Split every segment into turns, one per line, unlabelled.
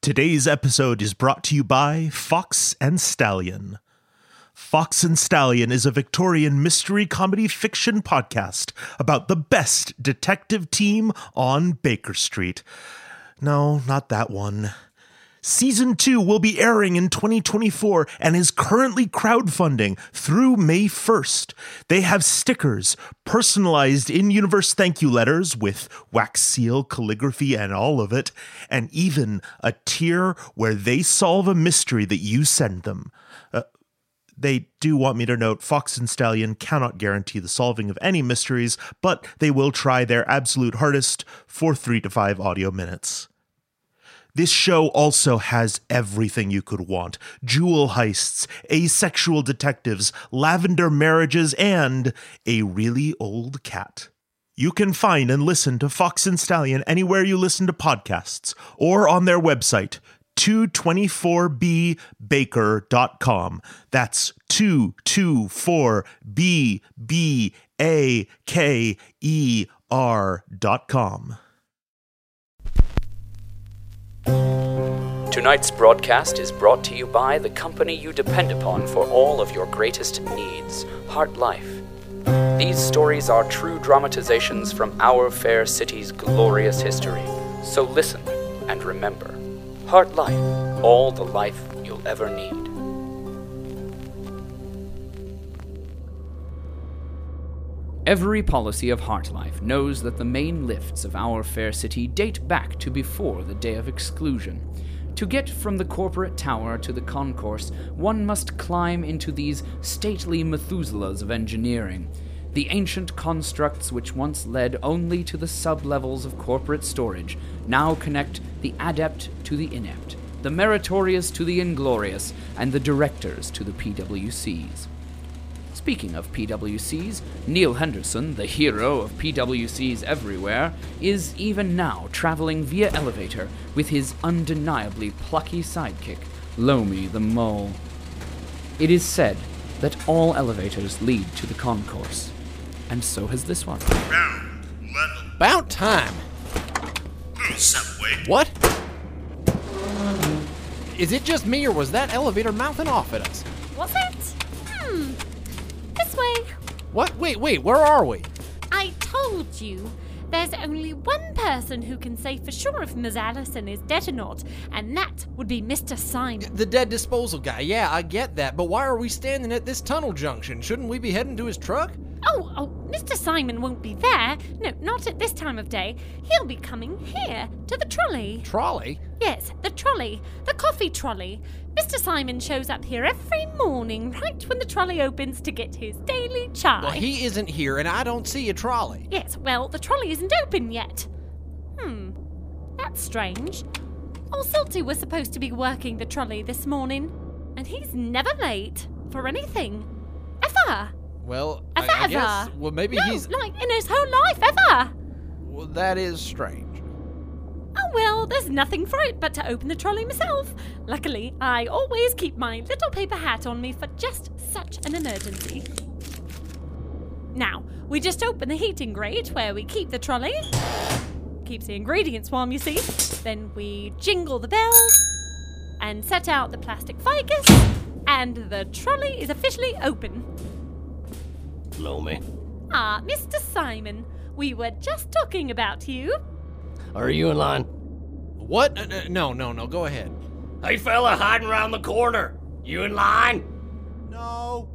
Today's episode is brought to you by Fox and Stallion. Fox and Stallion is a Victorian mystery comedy fiction podcast about the best detective team on Baker Street. No, not that one. Season 2 will be airing in 2024 and is currently crowdfunding through May 1st. They have stickers, personalized in universe thank you letters with wax seal, calligraphy, and all of it, and even a tier where they solve a mystery that you send them. Uh, they do want me to note Fox and Stallion cannot guarantee the solving of any mysteries, but they will try their absolute hardest for three to five audio minutes. This show also has everything you could want jewel heists, asexual detectives, lavender marriages, and a really old cat. You can find and listen to Fox and Stallion anywhere you listen to podcasts or on their website, 224bbaker.com. That's E 224bbaker.com.
Tonight's broadcast is brought to you by the company you depend upon for all of your greatest needs, Heart Life. These stories are true dramatizations from our fair city's glorious history. So listen and remember Heart Life, all the life you'll ever need. Every policy of Heartlife knows that the main lifts of our fair city date back to before the day of exclusion. To get from the corporate tower to the concourse, one must climb into these stately Methuselahs of engineering. The ancient constructs which once led only to the sublevels of corporate storage now connect the adept to the inept, the meritorious to the inglorious, and the directors to the PWCs. Speaking of PWCs, Neil Henderson, the hero of PWCs everywhere, is even now traveling via elevator with his undeniably plucky sidekick, Lomi the Mole. It is said that all elevators lead to the concourse, and so has this one.
Round, level,
About time.
subway.
What? Is it just me, or was that elevator mouthing off at us?
Was it? Hmm. This way.
What? Wait, wait, where are we?
I told you. There's only one person who can say for sure if Ms. Allison is dead or not, and that would be Mr. Simon.
The dead disposal guy. Yeah, I get that, but why are we standing at this tunnel junction? Shouldn't we be heading to his truck?
Oh, oh, Mr. Simon won't be there. No, not at this time of day. He'll be coming here, to the trolley.
Trolley?
Yes, the trolley, the coffee trolley. Mr. Simon shows up here every morning, right when the trolley opens to get his daily chai.
Well, he isn't here, and I don't see a trolley.
Yes, well, the trolley isn't open yet. Hmm, that's strange. Old Silty was supposed to be working the trolley this morning, and he's never late for anything. Ever!
Well,
Ever,
I, I guess. Well, maybe
no,
he's.
like in his whole life, ever!
Well, that is strange.
Oh well, there's nothing for it but to open the trolley myself. Luckily, I always keep my little paper hat on me for just such an emergency. Now, we just open the heating grate where we keep the trolley. Keeps the ingredients warm, you see. Then we jingle the bells and set out the plastic ficus, and the trolley is officially open.
Lomi,
Ah, Mr. Simon, we were just talking about you.
are you in line?
What? Uh, uh, no, no, no. Go ahead.
Hey, fella, hiding around the corner. You in line?
No.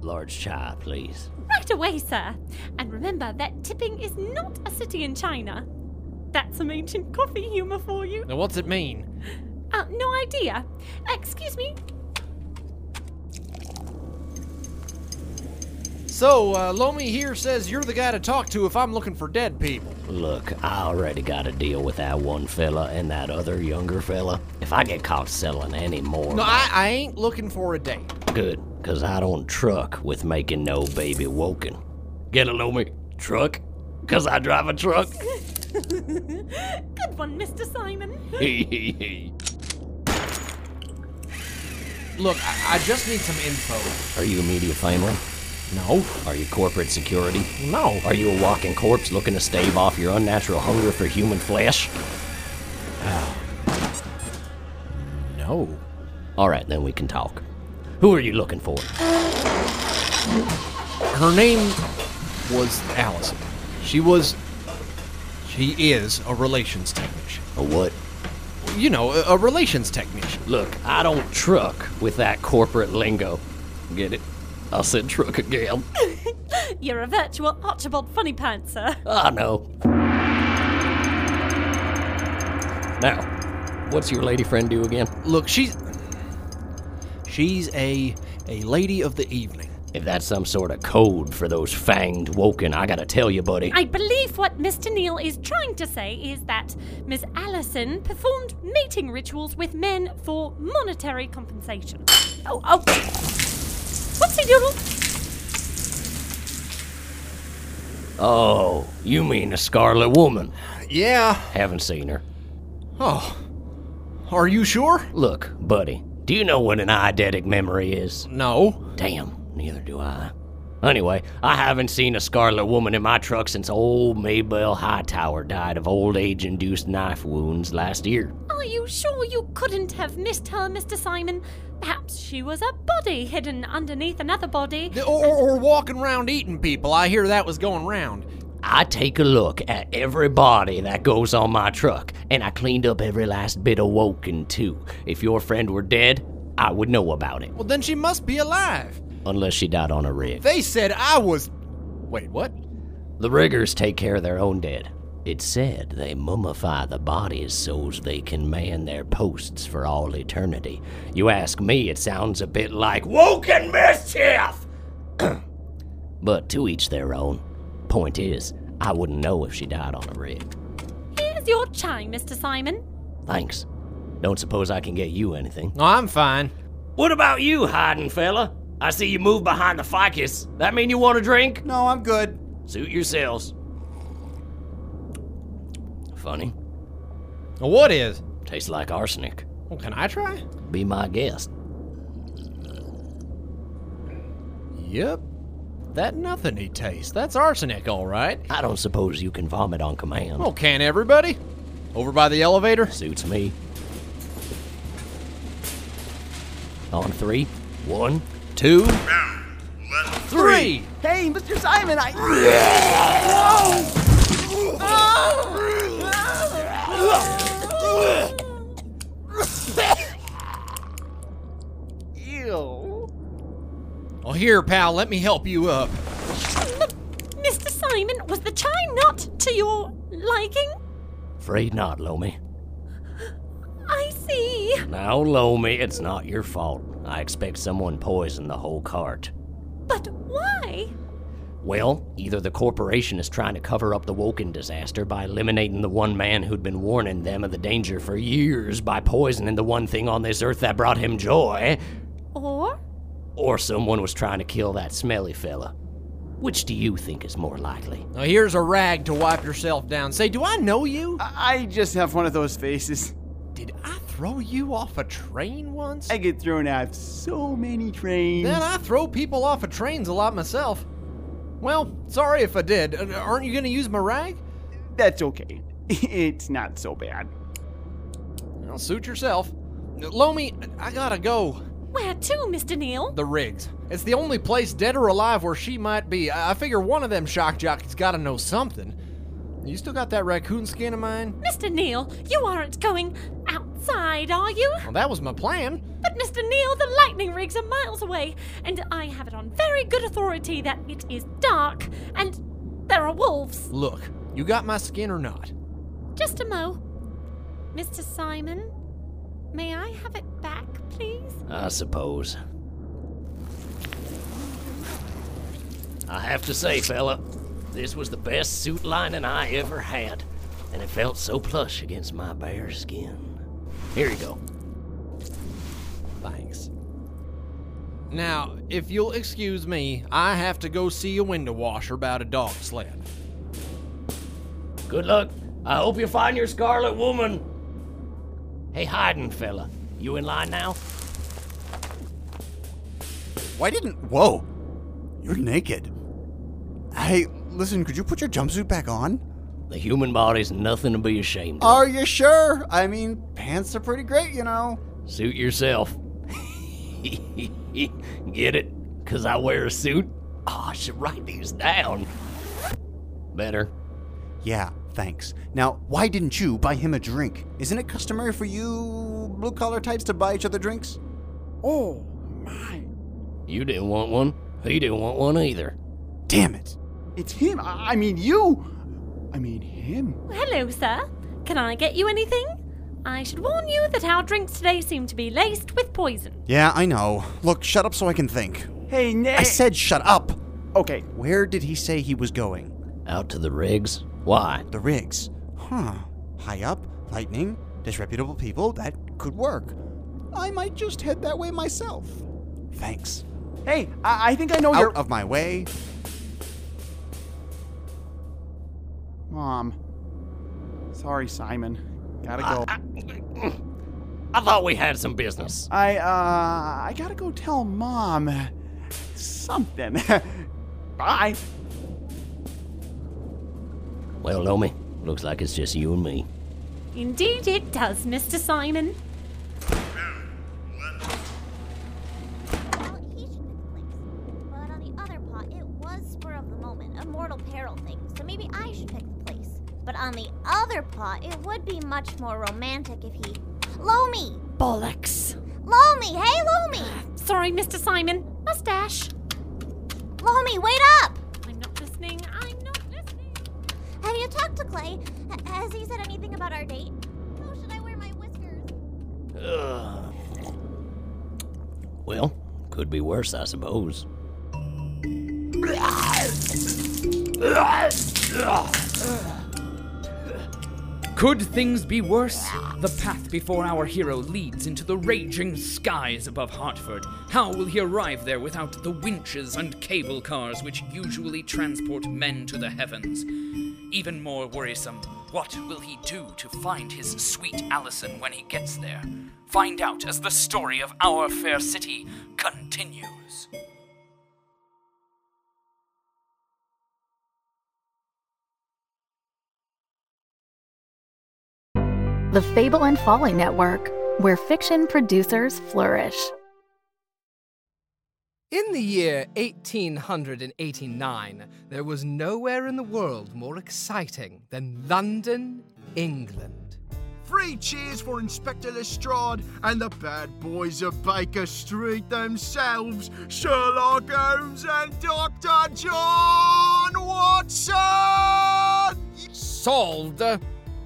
Large chai, please.
Right away, sir. And remember that tipping is not a city in China. That's some ancient coffee humour for you.
Now, what's it mean?
Uh, no idea. Excuse me.
So, uh, Lomi here says you're the guy to talk to if I'm looking for dead people.
Look, I already got to deal with that one fella and that other younger fella. If I get caught selling any more,
No, I, I ain't looking for a date.
good, because I don't truck with making no baby woken. Get a Lomi? Truck? Because I drive a truck?
Good one, Mr. Simon.
Hee hee hee.
Look, I, I just need some info.
Are you a media family?
No.
Are you corporate security?
No.
Are you a walking corpse looking to stave off your unnatural hunger for human flesh?
No.
All right, then we can talk. Who are you looking for?
Her name was Allison. She was. She is a relations technician.
A what?
You know, a, a relations technician.
Look, I don't truck with that corporate lingo. Get it? I said truck again.
You're a virtual Archibald Funny Pantser.
I know. Now, what's your lady friend do again?
Look, she's. She's a. a lady of the evening.
If that's some sort of code for those fanged woken, I gotta tell you, buddy.
I believe what Mr. Neal is trying to say is that Miss Allison performed mating rituals with men for monetary compensation. Oh, oh. Whoopsie doodle.
Oh, you mean the Scarlet Woman?
Yeah.
Haven't seen her.
Oh. Are you sure?
Look, buddy, do you know what an eidetic memory is?
No.
Damn, neither do I. Anyway, I haven't seen a scarlet woman in my truck since old Maybelle Hightower died of old age induced knife wounds last year.
Are you sure you couldn't have missed her, Mr. Simon? Perhaps she was a body hidden underneath another body.
Or, or, or walking round eating people. I hear that was going round.
I take a look at every body that goes on my truck, and I cleaned up every last bit of woken too. If your friend were dead, I would know about it.
Well, then she must be alive.
Unless she died on a rig.
They said I was. Wait, what?
The riggers take care of their own dead. It's said they mummify the bodies so's they can man their posts for all eternity. You ask me, it sounds a bit like woken mischief! but to each their own. Point is, I wouldn't know if she died on a rig.
Here's your chai, Mr. Simon.
Thanks. Don't suppose I can get you anything.
No, I'm fine.
What about you, hiding fella? I see you move behind the ficus. That mean you want a drink?
No, I'm good.
Suit yourselves. Funny.
What is?
Tastes like arsenic.
Well, can I try?
Be my guest.
Yep. That nothing he tastes. That's arsenic, all right.
I don't suppose you can vomit on command.
Well, can everybody? Over by the elevator?
Suits me. On three, one.
Two,
Round, level,
three!
Hey, Mr. Simon, I.
Well, Oh, here, pal, let me help you up.
Mr. Simon, was the chai not to your liking?
Afraid not, Lomi.
I see.
Now, Lomi, it's not your fault. I expect someone poisoned the whole cart.
But why?
Well, either the corporation is trying to cover up the Woken disaster by eliminating the one man who'd been warning them of the danger for years by poisoning the one thing on this earth that brought him joy,
Or
or someone was trying to kill that smelly fella. Which do you think is more likely?
Now, here's a rag to wipe yourself down. Say, do I know you?
I I just have one of those faces.
Did I throw you off a train once?
I get thrown out of so many trains.
Then I throw people off of trains a lot myself. Well, sorry if I did. Uh, Aren't you gonna use my rag?
That's okay. It's not so bad.
Well, suit yourself. Lomi, I gotta go.
where to, Mr. Neal?
The rigs. It's the only place, dead or alive, where she might be. I, I figure one of them shock jockeys gotta know something. You still got that raccoon skin of mine?
Mr. Neal, you aren't going outside, are you?
Well, that was my plan.
But Mr. Neal, the lightning rigs are miles away, and I have it on very good authority that it is dark, and there are wolves.
Look, you got my skin or not?
Just a mo. Mr. Simon, may I have it back, please?
I suppose. I have to say, fella, this was the best suit lining I ever had, and it felt so plush against my bare skin. Here you go. Thanks.
Now, if you'll excuse me, I have to go see a window washer about a dog sled.
Good luck. I hope you find your Scarlet Woman. Hey, Hyden, fella, you in line now?
Why didn't. Whoa! You're naked. Hey, listen, could you put your jumpsuit back on?
The human body's nothing to be ashamed of.
Are you sure? I mean, pants are pretty great, you know.
Suit yourself. Get it? Because I wear a suit? Oh, I should write these down. Better.
Yeah, thanks. Now, why didn't you buy him a drink? Isn't it customary for you blue collar types to buy each other drinks?
Oh, my.
You didn't want one. He didn't want one either.
Damn it.
It's him. I, I mean, you. I mean, him.
Hello, sir. Can I get you anything? I should warn you that our drinks today seem to be laced with poison.
Yeah, I know. Look, shut up so I can think.
Hey, Nick.
I said shut up!
Okay.
Where did he say he was going?
Out to the rigs? Why?
The rigs. Huh. High up, lightning, disreputable people, that could work. I might just head that way myself. Thanks.
Hey, I, I think I know your.
Out of my way.
Mom. Sorry, Simon. Gotta go.
I thought we had some business.
I, uh, I gotta go tell Mom something. Bye.
Well, Lomi, looks like it's just you and me.
Indeed, it does, Mr. Simon.
Well, he should have placed. But on the other paw, it was spur of the moment, a mortal peril thing. So maybe I should pick the place. But on the other paw, it would be much more romantic if he. Lomi!
Bollocks.
Lomi! Hey, Lomi!
Sorry, Mr. Simon. Mustache.
Lomi, wait up!
I'm not listening. I'm not listening.
Have you talked to Clay? H- has he said anything about our date? Oh, should I wear my whiskers?
Ugh. Well, could be worse, I suppose.
Could things be worse? The path before our hero leads into the raging skies above Hartford. How will he arrive there without the winches and cable cars which usually transport men to the heavens? Even more worrisome, what will he do to find his sweet Allison when he gets there? Find out as the story of our fair city continues.
The Fable and Folly Network, where fiction producers flourish.
In the year 1889, there was nowhere in the world more exciting than London, England.
Three cheers for Inspector Lestrade and the bad boys of Baker Street themselves, Sherlock Holmes and Dr. John Watson!
Solved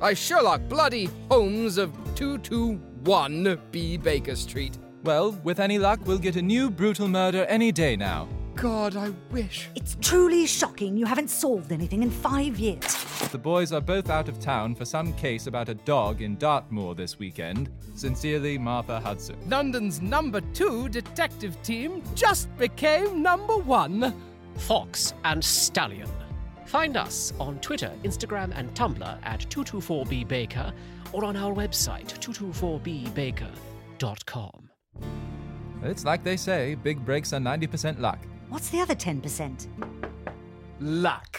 by Sherlock Bloody Holmes of 221B Baker Street.
Well, with any luck, we'll get a new brutal murder any day now.
God, I wish.
It's truly shocking you haven't solved anything in five years.
The boys are both out of town for some case about a dog in Dartmoor this weekend. Sincerely, Martha Hudson.
London's number two detective team just became number one.
Fox and Stallion. Find us on Twitter, Instagram, and Tumblr at 224bbaker or on our website, 224bbaker.com.
It's like they say big breaks are 90% luck.
What's the other 10%?
Luck.